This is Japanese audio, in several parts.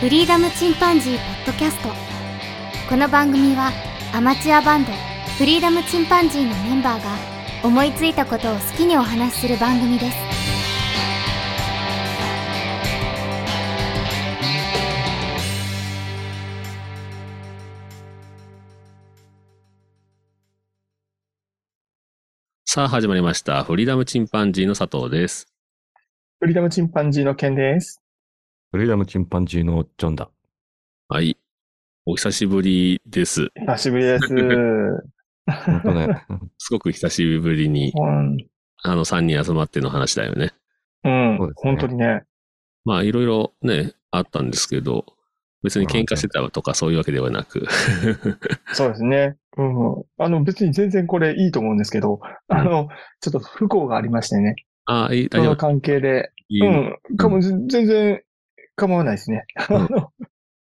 フリーダムチンパンジーポッドキャストこの番組はアマチュアバンドフリーダムチンパンジーのメンバーが思いついたことを好きにお話しする番組ですさあ始まりました。フリーダムチンパンジーの佐藤です。フリーダムチンパンジーの件です。フリーダムチンパンジーのジョンだ。はい。お久しぶりです。久しぶりです。本当ね。すごく久しぶりに、うん。あの3人集まっての話だよね。うん。そうですね本当にね。まあいろいろね、あったんですけど、別に喧嘩してたとかそういうわけではなく。 そうですね。うん。あの、別に全然これいいと思うんですけど、あの、ちょっと不幸がありましてね。ああ、いい、そ大丈の夫。関係で。いいうん。かも、全然構わないですね。あの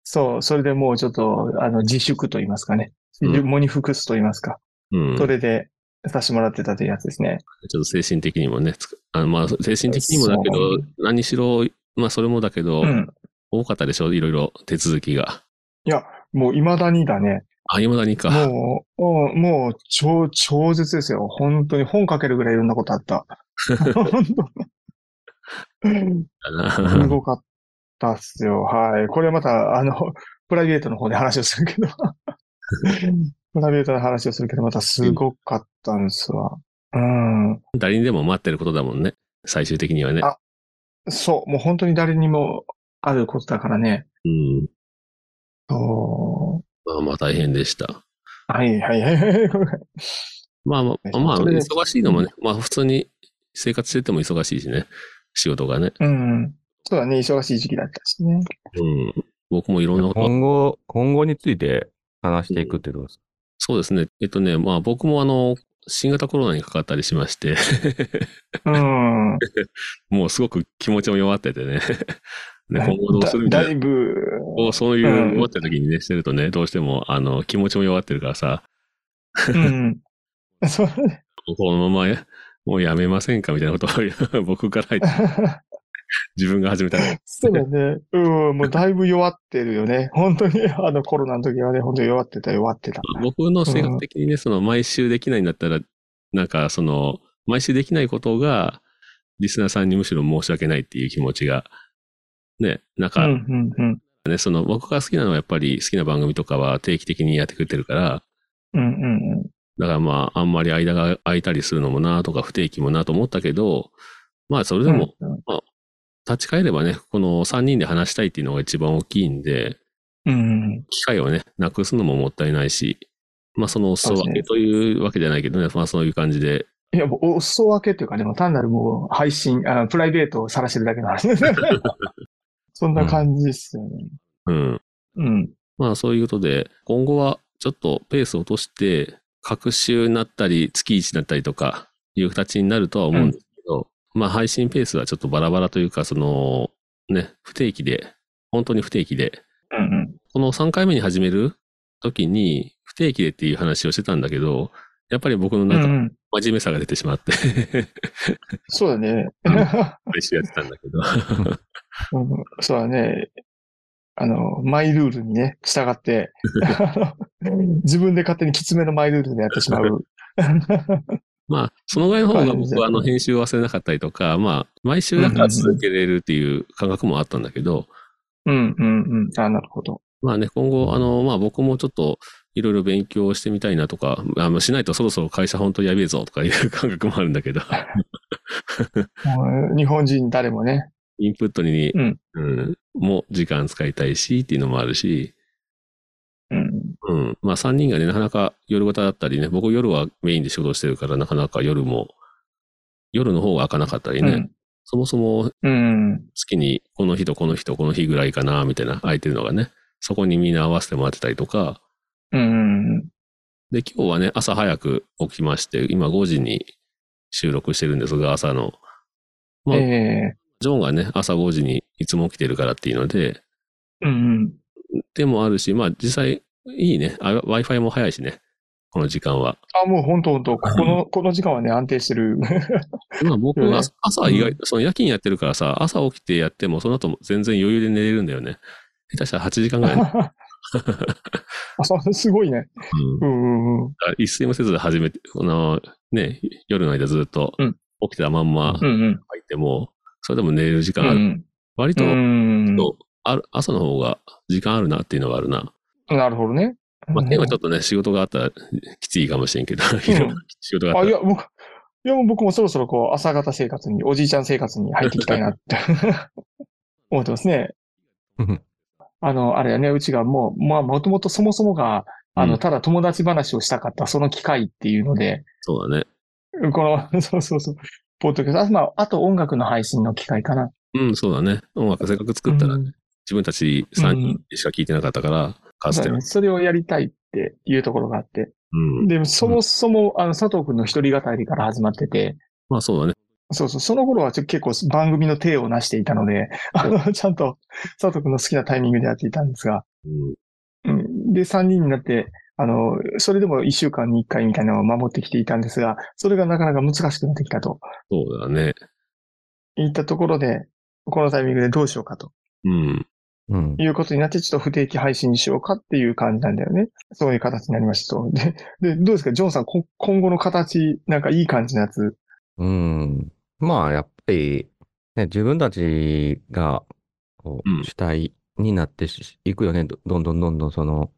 そう、それでもうちょっと、あの、自粛と言いますかね。うん喪に服すと言いますか。うん。それで、させてもらってたというやつですね。ちょっと精神的にもね、つくあのまあ精神的にもだけそど、何しろ、まあそれもだけど、うん。多かったでしょいろいろ手続きが。もう未だにだね。あ、未だにか。もう、もうもう、超、超絶ですよ。本当に本書けるぐらいいろんなことあ った。本当だすなごかったっすよ。はい。これまた、あの、プライベートの方で話をするけ ど。プライベートの話をするけど、またすごかったんですわ。うん。 誰にでも待ってることだもんね。最終的にはね。あそう。もう本当に誰にもあることだからね。うん。そう。まあまあ大変でした。はいはいはい。これまあまあ、まあ、それで忙しいのもね、まあ普通に生活してても忙しいしね、仕事がね。うん。そうだね。忙しい時期だったしね。うん。僕もいろんなこと、今後、今後について話していくってどうですか、そうですね。えっとね、まあ僕もあの、新型コロナにかかったりしまして、 うん。もうすごく気持ちも弱っててね。 ねだ今後どうするみただいいな。ぶ、こうそううんいう、思った時にね、してるとね、どうしても、あの、気持ちも弱ってるからさ、うん。 そうね。 このまま、もうやめませんかみたいなことを 僕から言って自分が始めたら、そうだね。うん、もうだいぶ弱ってるよね。本当に、あのコロナの時はね、本当に弱ってた、弱ってた。僕の性格的にね、その毎週できないんだったら、なんかその、毎週できないことが、リスナーさんにむしろ申し訳ないっていう気持ちが、ね、なんうん、かね、うん、その僕が好きなのはやっぱり好きな番組とかは定期的にやってくれてるから、うん。うん、うん、うん。だからまあ、あんまり間が空いたりするのもなとか不定期もなと思ったけど、まあそれでもうん、立ち返ればね、この3人で話したいっていうのが一番大きいんで、うん、機会をね、なくすのももったいないし、まあそのお裾分けというわけじゃないけどね、まあそういう感じでいや、もう、お裾分けっていうかね、もう単なるもう、配信あ、プライベートを晒してるだけの 話ですね。そんな感じっすよね。うん。うん。まあそういうことで、今後はちょっとペースを落として、各週になったり、月1になったりとか、いう形になるとは思うんですけど、まあ配信ペースはちょっとバラバラというか、その、ね、不定期で、本当に不定期で、うん、この3回目に始める時に、不定期でっていう話をしてたんだけど、やっぱり僕のうん。うなんかん、うん。真面目さが出てし まって、そうだね。毎週やってたんだけど。うん、そうだね。あの、マイルールにね、従 って、あの自分で勝手にきつめのマイルールでやってし まう。まあ、そのぐらいの方がはい僕はあの編集を忘れなかったりとか、まあ、毎週だから続けれるっていう感覚もあったんだけど、うん、うん、うん。あ、なるほど。まあね、今後、あの、まあ僕もちょっといろいろ勉強してみたいなとか、あのしないとそろそろ会社本当にやべえぞとかいう 感覚もあるんだけど、もう日本人誰もね。インプットに、うんうんも時間使いたいしっていうのもあるし、うん、うん、まあ3人がね、なかなか夜型だったりね、僕夜はメインで仕事してるから、なかなか夜も、夜の方が開かなかったりうね、ん、そもそもうん、月にこの日とこの日とこの日ぐらいかな、みたいな空いてるのがね、そこにみんな合わせてもらってたりとか、うん、で、今日はね、朝早く起きまして、今5時に収録してるんですが、朝の、まあえジョンがね、朝5時にいつも起きてるからっていうので、えうん、でもあるし、まあ実際、いいね。あ Wi-Fi も早いしね、この時間は。あ、もう本当本当ここ の、この時間はね、安定してる。 まあ僕はうん朝意外、うその夜勤やってるからさ、朝起きてやっても、その後も全然余裕で寝れるんだよね。下手したら8時間ぐらい、 ねあ、そすごいね。うんう、んうんうん。だから一睡もせず始めて、この、ね、夜の間ずっとうん起きたまんまう入んうん。っても、それでも寝る時間ある。うん割と、うん。そうある朝の方が時間あるなっていうのがあるな。なるほどね。まあ、手はうんちょっとね、仕事があったらきついかもしれんけど、仕事がああ、っいたらや、僕、いや、僕もそろそろこう、朝方生活に、おじいちゃん生活に入っていきたいなって 思ってますね。あの、あれやね、うちがもう、まあ、もともとそもそもが、あうの、んただ友達話をしたかった、その機会っていうので、そうだね。この、 そうそうそう、ポッドキャスト、あまあ、あと音楽の配信の機会かな。うん、そうだね。音楽せっかく作ったら、う自ん分たち3人しか聴いてなかったから、かつそうてだのね。それをやりたいっていうところがあって。うん。で、そもそも、あの、佐藤くんの一人語りから始まってて、まあそうだね。そうそう、その頃はちょ結構番組の体をなしていたので、あの、ちゃんと佐藤くんの好きなタイミングでやっていたんですが、うん。うん、で、3人になって、あの、それでも1週間に1回みたいなのを守ってきていたんですが、それがなかなか難しくなってきたとそうだね。いったところで、このタイミングでどうしようかとうん。うん。いうことになって、ちょっと不定期配信にしようかっていう感じなんだよね。そういう形になりましたと。で、でどうですか、ジョンさん、こ今後の形、なんかいい感じのやつ。うん。まあ、やっぱり、ね、自分たちが、こうんう、主体になってしいくよね。どどんどんどんどん、その、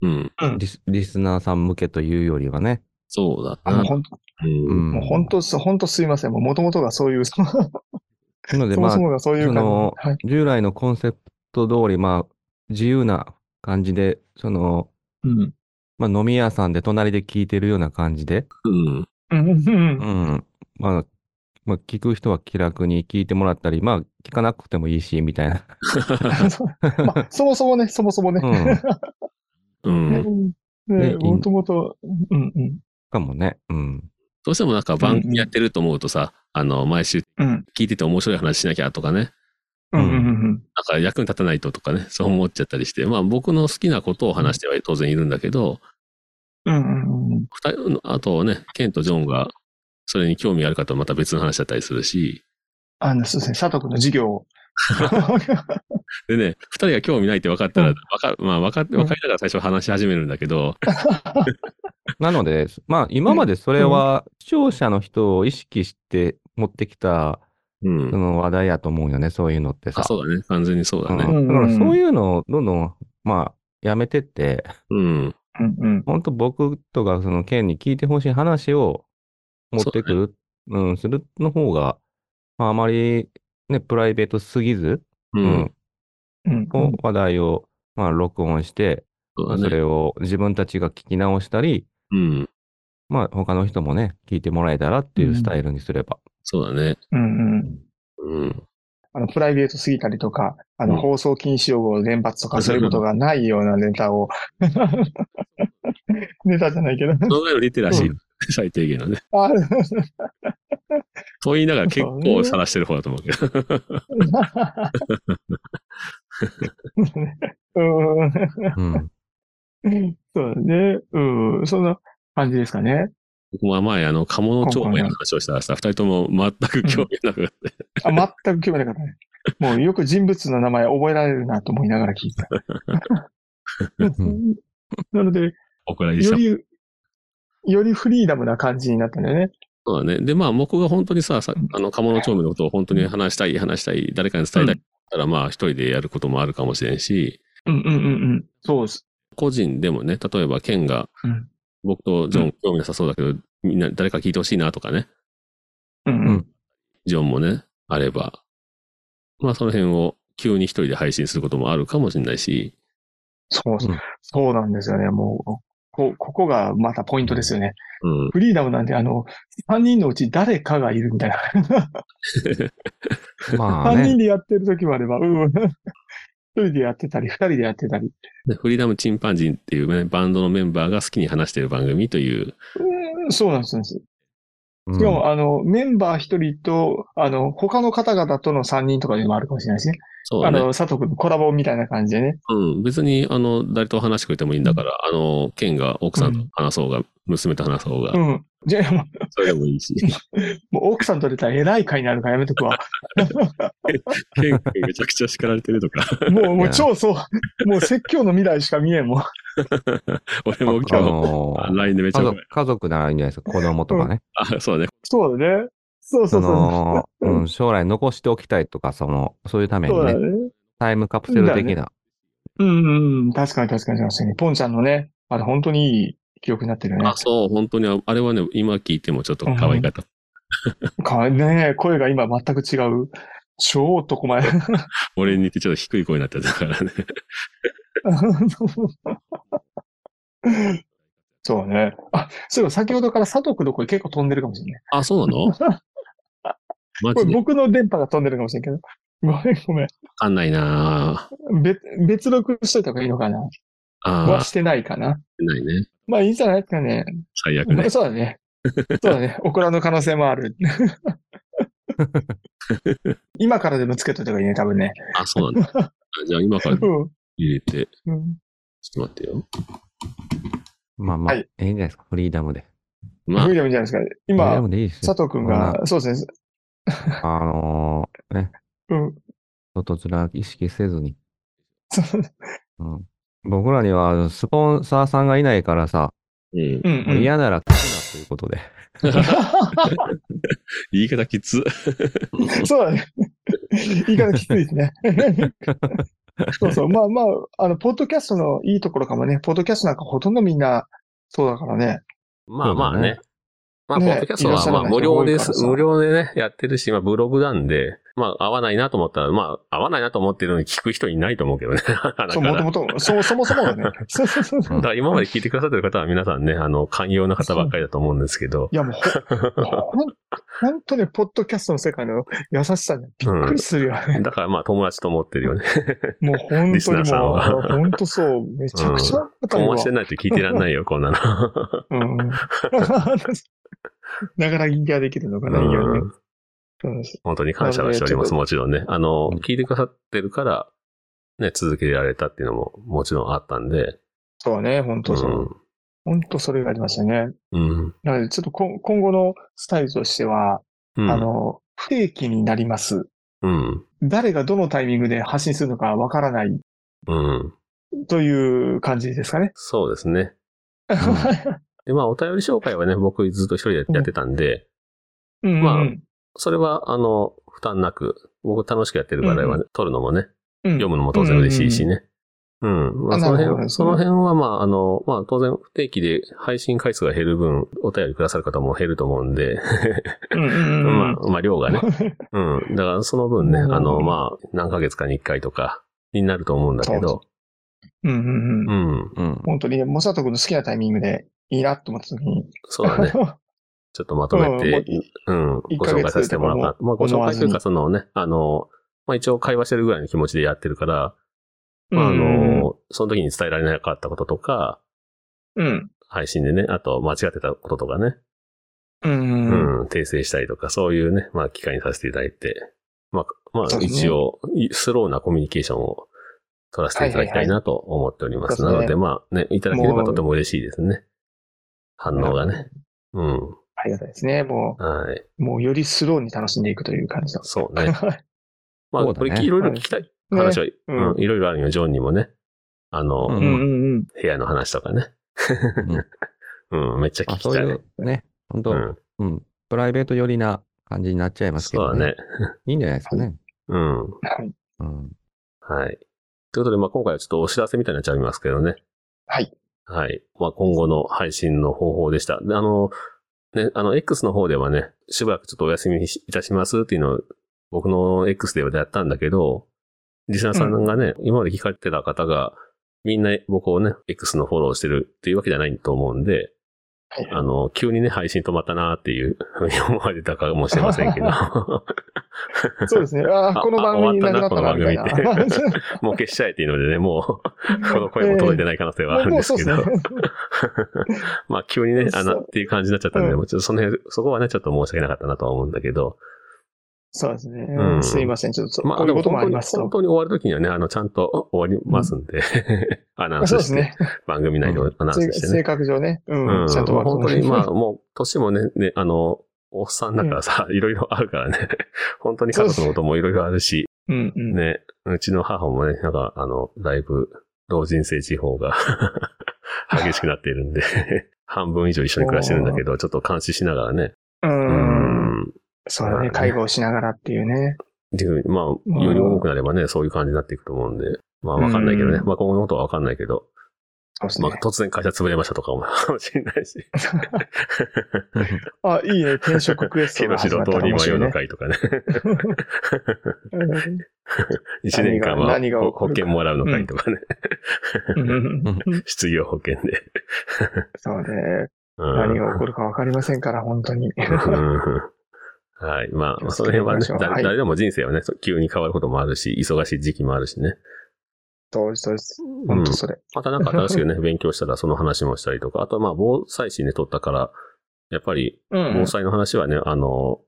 うん。うんリス、リスナーさん向けというよりはね。そうだあの、な。ほんうんうん。もう本当す、本当すいません。もう元々がそういう、そのなので、そまもあそ、もがそういうそ感じ。のはい。従来のコンセプト通り、まあ、自由な感じで、その、うん。まあ、飲み屋さんで隣で聞いてるような感じで、うん。うんうんう。ん。まあ、まあ、聞く人は気楽に聞いてもらったり、まあ、聞かなくてもいいし、みたいな。まあ、そもそもね、そもそもね。ううん。ねねもともと、うんうん。 かもね。うん。どうしてもなんか番組やってると思うとさ、あの、毎週うん。聞いてて面白い話しなきゃとかね、うんうんなんか役に立たないととかね、そう思っちゃったりして、まあ僕の好きなことを話しては当然いるんだけど、うん。うんうんうん。二人の、あとね、ケンとジョンがそれに興味があるかとまた別の話だったりするし、あの、そうですね、佐藤君の授業を。でね、二人が興味ないって分かったら、うわんか、まあ分かって、分かりながら最初話し始めるんだけど、なので、まあ、今までそれは、視聴者の人を意識して持ってきた、うん。その話題やと思うよね、そういうのってさあ、。そうだね。完全にそうだうんだね。から、そういうのをどんどん、まあ、やめてって、うん。うんうん。本当僕とかその県に聞いてほしい話を持ってくる、うん、するの方が、まあ、あまりね、プライベートすぎず、う。うんうんこう話題を、まあ、録音して、そうまあだそね。れを自分たちが聞き直したり、うん。まあ、他の人もね、聞いてもらえたらっていうスタイルにすれば。そうだね。うんうん。うん。あの、プライベートすぎたりとか、あうの、ん放送禁止用語連発とうか、んそういうことがないようなネタを。ネタじゃないけど。そのぐらいのリテラシー、う最低限のね。あと言いながら結そうね構晒してる方だと思うけど。うんうん。うん。そうね。うん。そんな感じですかね。僕も前、あの、鴨の町名の話をしたらさ、二人とも全く興味なくなって、あ、全く興味なかったね。もうよく人物の名前覚えられるなと思いながら聞いた。なので、お蔵入りしよた。り、よりフリーダムな感じになったんだよね。そうだね。で、まあ僕が本当にさ、さあの、鴨の町名のことを本当に話したい、話したい、誰かに伝えたいって言ったら、まあ一人でやることもあるかもしれんし、うんうんうんうん。そうです。個人でもね、例えば、ケンがうん、僕とジョうン興味なさそうだけど、みんな誰か聞いてほしいなとかね、うんうん。ジョンもね、あれば、まあその辺を急に一人で配信することもあるかもしれないし、そううん、そうなんですよね。もう、こ、ここがまたポイントですよね。うん。フリーダムなんで、あの、3人のうち誰かがいるみたいな。まあ3人ね。でやってる時もあれば、うん。1人でやってたり、2人でやってたり。でフリーダムチンパンジーっていう、ね、バンドのメンバーが好きに話してる番組という、うんそうなんですそうなんです。うんしかも、あの、メンバー1人と、あの、他の方々との3人とかでもあるかもしれないですね。そうあだね。の、佐藤君のコラボみたいな感じでね。うん。別に、あの、誰と話してくれてもいいんだから、あの、ケンが奥さんと話そうが、娘と話そうが、うん。じゃあ、もうそれでもいいし。もう奥さんと出たら偉い会になるからやめとくわ。ケン君めちゃくちゃ叱られてるとか、 もう、もう超そう。もう説教の未来しか見えんもん。俺もあ今のー日、LINE でめちゃ家くち族家族ならいいんじゃないですか、子供とかね。ゃ、あ、そうだね。そうだね。そうそそうその、うん、将来残しておきたいとか、その、そういうたう。めそにうだね、ね。タイムカプセルだね的な。うんうんうん。確かに確かに確かに。ポンちゃんのね、あれ本当にいい記憶になってるよねあ、。そう、本当にあ、あれはね、今聞いてもちょっと可愛かった。かわいいね。声が今全く違う。超男前。俺に似てちょっと低い声になってたからね。そうね。あ、そういえば先ほどから佐藤くんの声結構飛んでるかもしれない。あ、そうなのマこジれでわ僕の電波が飛んでるかもしれんけど。ごめんごめん。かんないなぁ別、別録しといた方がいいのかなあはあし、てないかな。ないね。まあいいんじゃないですかね。最悪ね。そうだね。そうだね。オクラの可能性もある。今からでもつけといた方がいいね、多分ね。あ、そうなんだ。あじゃあ今からう入れて、ん。うんちょっと待ってよ。まあまあ、はいええんじゃないですか、フリーダムで。まあフリ、ーダムじゃないですか。フリーダ今、ムでいいですよ佐藤くんが、そうですね。あのーね、うん。外面意識せずに。そううん、僕らには、スポンサーさんがいないからさ、うんう。んもううん。嫌なら聞くなということで。言い方きつ。 そうだね。言い方きついです ね。そうそう。まあまあ、あの、ポッドキャストのいいところかもね。ポッドキャストなんかほとんどみんな、そうだからね。まあまあね。まあ、ポねッドキャストいらっしゃはらまなあい無料で人多いからす。さ無料でね、やってるし、まあブログなんで、まあ合わないなと思ったら、まあ合わないなと思ってるのに聞く人いないと思うけどね。 だからそう、もともと、そう、そもそもが ね。そうそうそう。だから今まで聞いてくださってる方は皆さんね、あの、寛容な方ばっかりだと思うんですけど、いや、もうほ、ほん、本当に、ポッドキャストの世界の優しさにびっくりするよね。だからまあ友達と思ってる よね。もう本リス当ナーにさんもはう、本当そう。めちゃくちゃ当たり友は達でないと聞いてらんない よ、こんなの。うん。 なかなか人気ができるのかな、いいよねう。んそうです。本当に感謝はしております、なもちろんね。あのうん、聞いてくださってるから、ね、続けられたっていうのももちろんあったんで、そうね、本当そう。本当それがありましたね。うん。うん。なので、ちょっとこ今後のスタイルとしては、うんあ、の、不定期になります。うん。誰がどのタイミングで発信するのかわからないうん。という感じですかね。そうですね。で、まあ、お便り紹介はね、僕ずっと一人でやってたんで、 うん、まあうんそれは、あの、負担なく、僕楽しくやってるからはね、撮るのもね、うん読むのも当然嬉しいしね。うん。まあ、あそのなるほど辺、ねその辺は、まあ、あの、まあ、当然、不定期で配信回数が減る分、お便りくださる方も減ると思うんで、うんうんうん まあ、まあ、量が ね。うん。だから、その分ね、うんあの、まあ、何ヶ月かに一回とか、になると思うんだけど、うんうんう。うんん。 うん。本当にね、もう佐藤君の好きなタイミングでいいなと思った時に。。そうだね うちょっとまとんめもうて、いうん、一ご紹介させてもらおうかヶ月とかな。まあ、ご思紹わ介ずとにいうか、そのね、あの、まあ、一応会話してるぐらいの気持ちでやってるから、まあ、あうんうんの、その時に伝えられなかったこととか、うん。配信でね、あと間違ってたこととかね、うんうんうん。うん、訂正したりとか、そういうね、まあ、機会にさせていただいて、まあ、まそうあ、ですね一応、いスローなコミュニケーションを取らせていただきたいなと思っております。はいはいはいなので、まあ、ね、いただけれもばうとても嬉しいですね。反応がね。うん。ありがたいですね。もはい。う、もうよりスローに楽しんでいくという感じの。そう ね。まあ、そうだこねれ、いろいろ聞きたいね 話は、うんうんいろいろあるよ。ジョンにもね。あの、うんうんうんうん。部屋の話とかね。うんうん、めっちゃまあ聞きそうたい。いううね、本当、うん、ん、プライベート寄りな感じになっちゃいますけそうど、だね。いいんじゃないですかね。うん。はい。 うん。はい。ということで、まあ、今回はちょっとお知らせみたいになっちゃいますけどね。はい。はい。まあ、今後の配信の方法でした。であの、ね、あの、X の方ではね、しばらくちょっとお休みいたしますっていうのを、僕の X ではやったんだけど、リスナーさんがね、今まで聞かれてた方が、みんな僕をね、X のフォローしてるっていうわけじゃないと思うんで、はいあの、急にね、配信止まったなーっていう ふうに思われたかもしれません けど、そうですね。ああ、あこの番組なくなったな、みたいな。終わったなこの番組ってもう消しちゃえっていうのでね、もう、 この声も届いてない可能性はあるんもうですそうけですね ど。。まあ急にね、あその、うっていう感じになっちゃったんで、うんもうちょっとその辺、そこはね、ちょっと申し訳なかったなとは思うんだけど、そうですね。うんすいません。ちょっと、まあ、こういうこともあでりもます本と。当に本当に終わるときにはね、あの、ちゃんと終わりますんで、アナウンそうスでしすて、ね。番組内容をアナウン性スしてね性。格上ね。うん。うん、ちゃんとまあわかる本当に、まあ、もう、年もね、ね、あの、おっさんだからさ、いろいろあるからね。本当に家族のこともいろいろあるし、うんうん。ね、うちの母もね、なんか、あの、だいぶ、老人性地方が、 激しくなっているんで、 半分以上一緒に暮らしてるんだけど、ちょっと監視しながらね。う。うんん。そうだね。介護をしながらっていうね。っていうふうに、まあ、より重くなればね、そういう感じになっていくと思うんで、まあ、わかんないけどね。うんまあ、今後のことはわかんないけど、そうですまねあ、。突然会社潰れましたとかもかもしれない し、あ、いいね。転職クエ ストが広始ま白ったら通り面迷白ういねの。会とかね。うん一年間は何が保何が起こ保るか険もらうのかいとかね、うん 失業保険で。そうね。うん何が起こるかわかりませんから、本当うに。んはい。まあ、気をつそのけて辺はいきまねしょう、誰はい誰でも人生はね、そう急に変わることもあるし、忙しい時期もあるしね。そうです、そうです。う本ん当それ。またなんか新しくね、勉強したらその話もしたりとか、あとまあ、防災士ね、取ったから、やっぱりうんうん。防災の話はね、あの、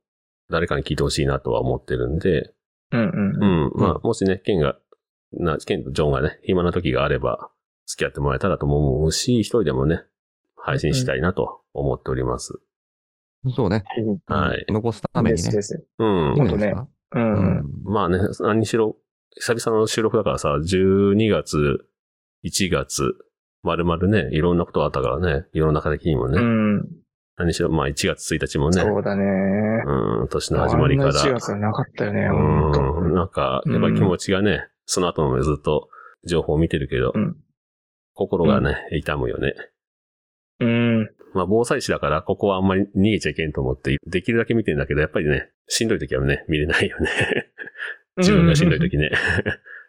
誰かに聞いてほしいなとは思ってるんで、うんうんう。ん。まあ、もしね、ケンが、な、ケンとジョンがね、暇な時があれば、付き合ってもらえたらとも思うし、一人でもね、配信したいなと思っております。そうね。はい残すためでにすねで。す。うんいいんじ本当ゃないでねすか。う。うんん。まあね、何しろ、久々の収録だからさ、12月、1月、まるまるね、いろんなことあったからね、世の中的にもね、うん。何しろ、まあ1月1日もね、そうだね。うん、年の始まりかあんな1ら、月はなかったよね、本当。うん、なんか、やっぱり気持ちがね、その後もずっと情報を見てるけど、うん心がね、痛むよね。うん。まあ防災士だから、ここはあんまり逃げちゃいけんと思って、できるだけ見てんだけど、やっぱりね、しんどい時はね、見れないよね。 自分がしんどい時ね。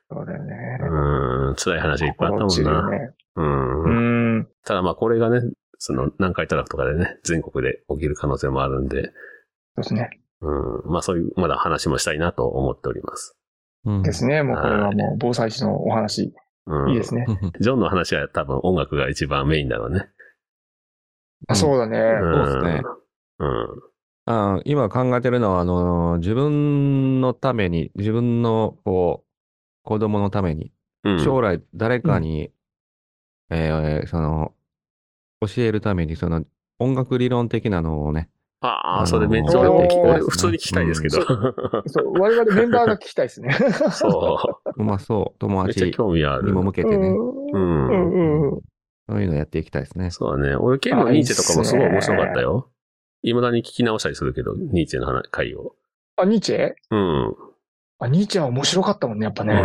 そうだよね。うん、辛い話いっぱいあったもんな。ね。う。うんん。ただまあこれがね、その南海トラフとかでね、全国で起きる可能性もあるんで、そうですね。うん、まあそういう、まだ話もしたいなと思っております。うんですね。もうこれはもう防災士のお話。うん。いいですね。ジョンの話は多分音楽が一番メインだろうね。あそうだね。んそうですね。うん。 あ今考えてるのは、あのー自分のために、自分の、こう、子供のために、うん。将来誰かに、えーその、教えるために、その、音楽理論的なのを ね、ああのあ、ーそれめっちゃ俺も聞き、おー俺普通に聞きたいですけど。そう、我々メンバーが聞きたいですね。 そうまそう、友う。めっちゃ達興味あにるも。向けうてね、ん。う。うんんうん。そういうのやっていきたいですね。そうだね。俺、ケンのニーチェとかもすごい面白かったよ。未だに聞き直したりするけど、ニーチェの話回を。あ、ニーチェうん。あ、ニーチェは面白かったもんね、やっぱね。うん。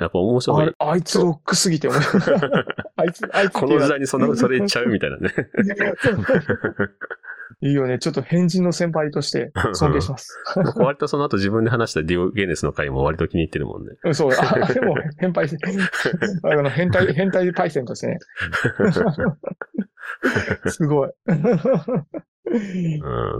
やっぱ面白あいれ。あいつロックすぎて面白い。 あいつ、あいつっていうこのは。時代にそんな、それ言っちゃうみたいなね。 いいよね。ちょっと変人の先輩として尊敬します。僕割とその後自分で話したディオゲネスの回も割と気に入ってるもんね。うんそう。あ、でも、変態、 あの、変態、変態パイセンとしてね。すごい。う。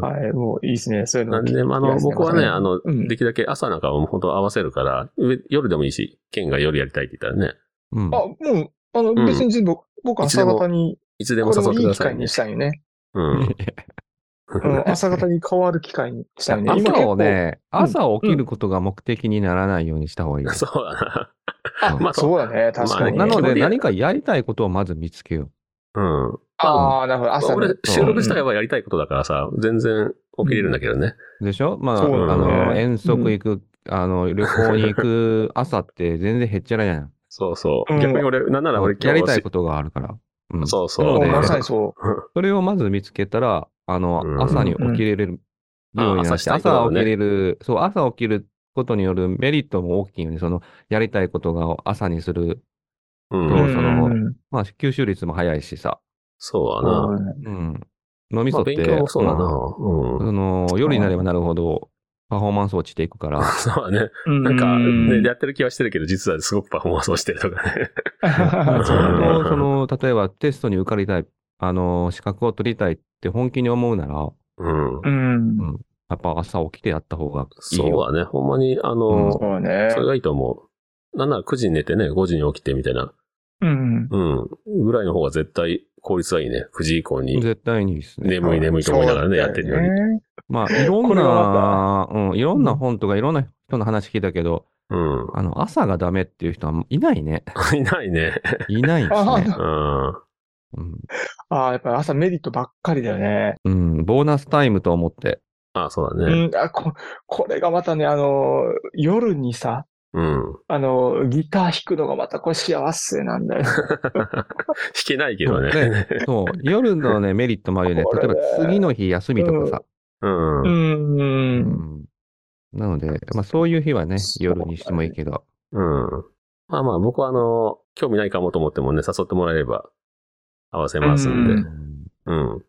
はい、もういいですね。そういうんのなもんで、まああの、僕はね、あ、のう、んできるだけ朝なんかも本当合わせるから、上夜でもいいし、ケンが夜やりたいって言ったらね、うん。あ、もう、あの、別に全部、僕朝方に、いつでもこれ誘っもていくいだ機さい会ねにし。たいよね。 うん。うん、朝方に変わる機会にしたいよね。今結朝を構、ね、ん朝起きることが目的にならないようにした方がいい。 そうだな。あ、まあそうだね。確かうに。んなのまあねで、何かやりたいことをまず見つけようん。ああ、なるほど。まあ朝俺ね、収録自体はやりたいことだからさ、全然起きれるんだけどね。う。でしょまあ、そうだあねの、遠足行く、あの、旅行に行く朝って全然へっちゃらやん。そうそう。うん逆に俺、なんなら俺今日やりたいことがあるから。うんそうそうなのうんでまさにそう。それをまず見つけたら、あの、うん朝に起きれるようあになって、朝したいこと朝だ起ねきれる、そう、朝起きることによるメリットも大きいよね。その、やりたいことが朝にする、う。そうんそのんまあ、吸収率も早いしさ。そうだそな。うだねうん。脳みまそあ、って、勉強もそうだな。うんうん。その、夜になればなるほど、パフォーマンス落ちていくから、 そうだね。うんなんか、うね、んやってる気はしてるけど、実はすごくパフォーマンスをしてるとかね。 うんちそうゃだんね。と、その、例えばテストに受かりたい、あの、資格を取りたいって本気に思うなら、うん。うん。やっぱ朝起きてやった方がいいそうだよ。ね。ほんまに、あの、うそうねそ。れがいいと思う。なんなら9時に寝てね、5時に起きてみたいな。うん。うん。ぐらいの方が絶対効率はいいね。9時以降に。絶対にいいですね。眠い眠いと思いながらね、やってるより。ね。まあ、いろこんれなは、うん、いろんな本とかいろんな人の話聞いたけど、うん。あの、朝がダメっていう人はいない ね。いないね。いないんで すね。うん。うん、ああ、やっぱり朝メリットばっかりだよね。うん、ボーナスタイムと思って。あ、そうだね。うん、あここれがまたね、あの、夜にさ、うん。 あの、ギター弾くのがまたこれ幸せなんだよ。弾けないけどそうね。そう、夜のね、メリットもあるよね。こ例えれば次の日休みとかさ。 うんう。。うんんなので、まあそういう日はね、そう夜にしてもいいけど。うん。まあまあ、僕はあの、興味ないかもと思ってもね、誘ってもらえれば合わせますんで。ううんうん。うん。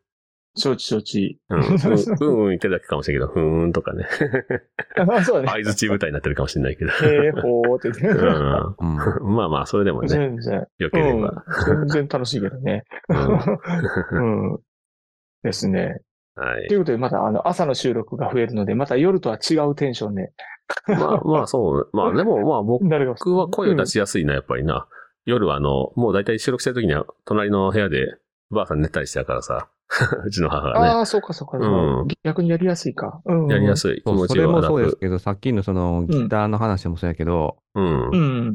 承知承知。うん、うん、うん言ってるだけかもしれないけど、ふーんとかね。あそうだね。合図チーム隊になってるかもしれないけど。えー、ほーって言ってね。うう んん。まあまあ、それでもね、全然。よけうれんば。。全然楽しいけどね。うんうん。ですね。はいと。いうことで、またあの朝の収録が増えるので、また夜とは違うテンションで、まあまあ、そう。まあでも、まあ僕なるかもしれな僕いは声を出しやすいな、やっぱりな。夜はあの、もう大体収録してる時には、隣の部屋で、ばあさん寝たりしてたからさ。うちの母がね。ああ、そうかそうか、うん逆にやりやすいか。うん。やりやい。すい。気そう持そちれはもそうです楽。けど、さっきのそのギターの話もそうやけど、うんう。ん。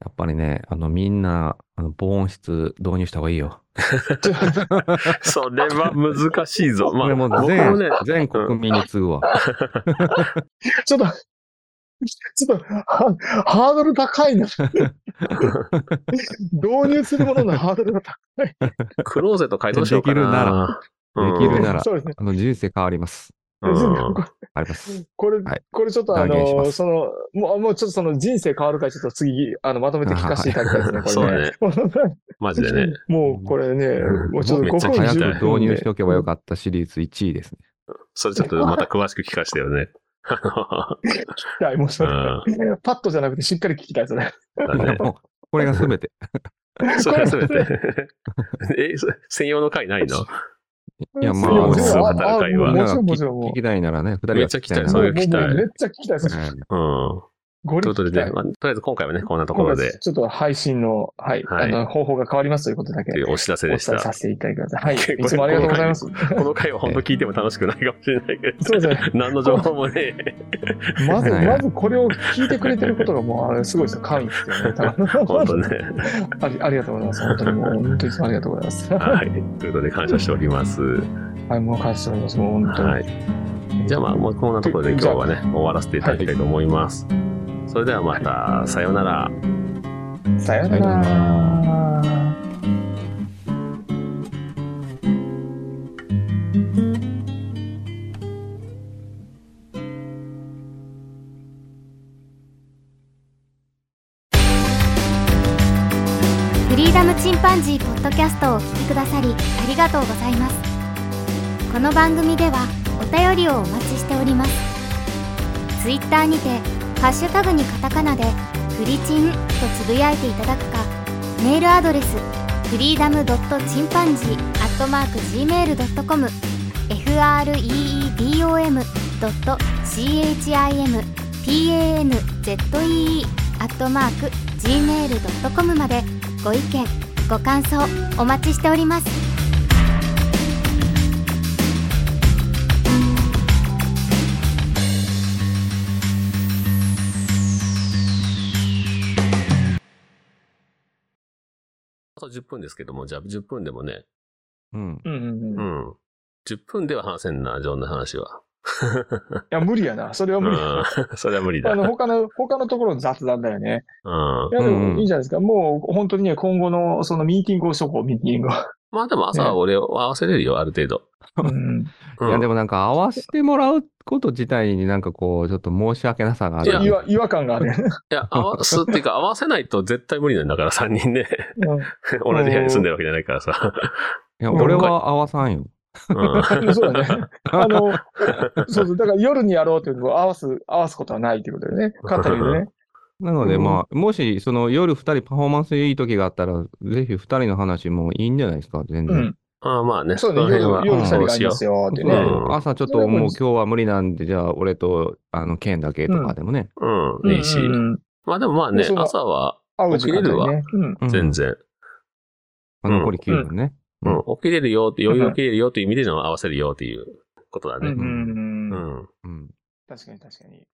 やっぱりね、あのみんな、あの、防音室導入した方がいい よ。それは難しいぞ。まこれあ、も僕も全、ね、全国民に次ぐわ。ちょっと、ちょっと、はハードル高いな。導入するもののハードルが高クローゼット改造しようかな。できるならできるならい。そうですね。あの、人生変わります。うん うんこあります。これ、はいこれちょっとあ断言しまの、すその、もう、もうちょっとその人生変わるから、ちょっと次、あの、まとめて聞かせていただきたいですね、これね。マジでね。 もうこれね、もうちょっとめっちゃ聞5分きたい早10く分導入しておけばよかかったシリーズ1位ですね。それちょっとまた詳しく聞かせてよ ね。あった。もうそれのパッとじゃなくてしっかり聞きたいですね。うん。だねもうこれが全 て。それは全て。え、そ専用の回ないのいや、まあ、そうあのそうそうみ働く会はあんもちながろんもちろん。も聞きたいならね、二人がめっちゃ聞きたいちそろんれなが聞きたいもうもうめっちゃ聞きたいです。らうんうん。ゴリということ聞きたでいね、。まあとりあえず今回はね、こんなところ今で回、ちょっと配信の、はい、はいあの、方法が変わりますということだけとい。うお知らせお伝でえした。させていただきます。はい。結構いつもありがとうございます。この回は本当聞いても楽しくないかもしれないけど、そうですね。何の情報も ね、まず、まずこれを聞いてくれてることがもう、あれすごいですよ。神ですよね。 本当あね。りありがとうございます。本当にもう、本当にいつもありがとうございます。はい。ということで感謝しております。はい、もう返しております。もう本当に。はい。じゃあまあ、もうこんなところで今日はね、終わらせていただきたいと思います。それではまた、さようなら。さようなさら。フリーダムチンパンジーポッドキャストをお聞きくださりありがとうございますこの番組ではお便りをお待ちしておりますツイッターにてハッシュタグにカタカナでフリチンとつぶやいていただくかメールアドレスフリーダムドットチンパンジーアットマーク gmail.com freedom ドット chimpanzee アットマーク gmail.com までご意見ご感想お待ちしておりますあと10分ですけども、じゃあ10分でもね、うん。うんうんう。うんいん。10分では話せんな、そんな話は。や、無理やな。それはう無理。ん。 それは無理だ。あうんの、。他の、他のところの雑談だよね。いや、でうんうんもいいじゃないですか。もう、本当にね、今後の、そのミーティングをしとこう、ミーティングを。まあでも朝は俺を合わせれるよ、ある程度。うんうんいや、でもなんか合わせてもらうこと自体になんかこう、ちょっと申し訳なさがある。いや違和違和感がある。いや、合わすっていうか、合わせないと絶対無理なんだから、3人ね。同じ部屋に住んでるわけじゃないからさ。いや俺は合わさんよ。うん。うんそうだ ね。あの、そうそう。だから夜にやろうというのを合わす、合わすことはないということでね。簡単に言うとね。なので、うんまあ、もし、その夜二人パフォーマンスいい時があったら、ぜひ二人の話もいいんじゃないですか、全う然。ん。ああまあね、 そうね。の夜、辺は。夜二人がそいうしよますよってね。うん朝ちょっともう今日は無理なんで、じゃあ俺と、あの、ケンだけとかでもね。う。うん、いいし。うんうんうんまあでもまあねそう、そう朝は会う時間起きれる帯わね。うん。うん全。然。残り9分ね。うん、起きれるよって、余裕を起きれるよっていう意味での合わせるよっていうことだうね。んううんうん。ん。うん。確かに確かに。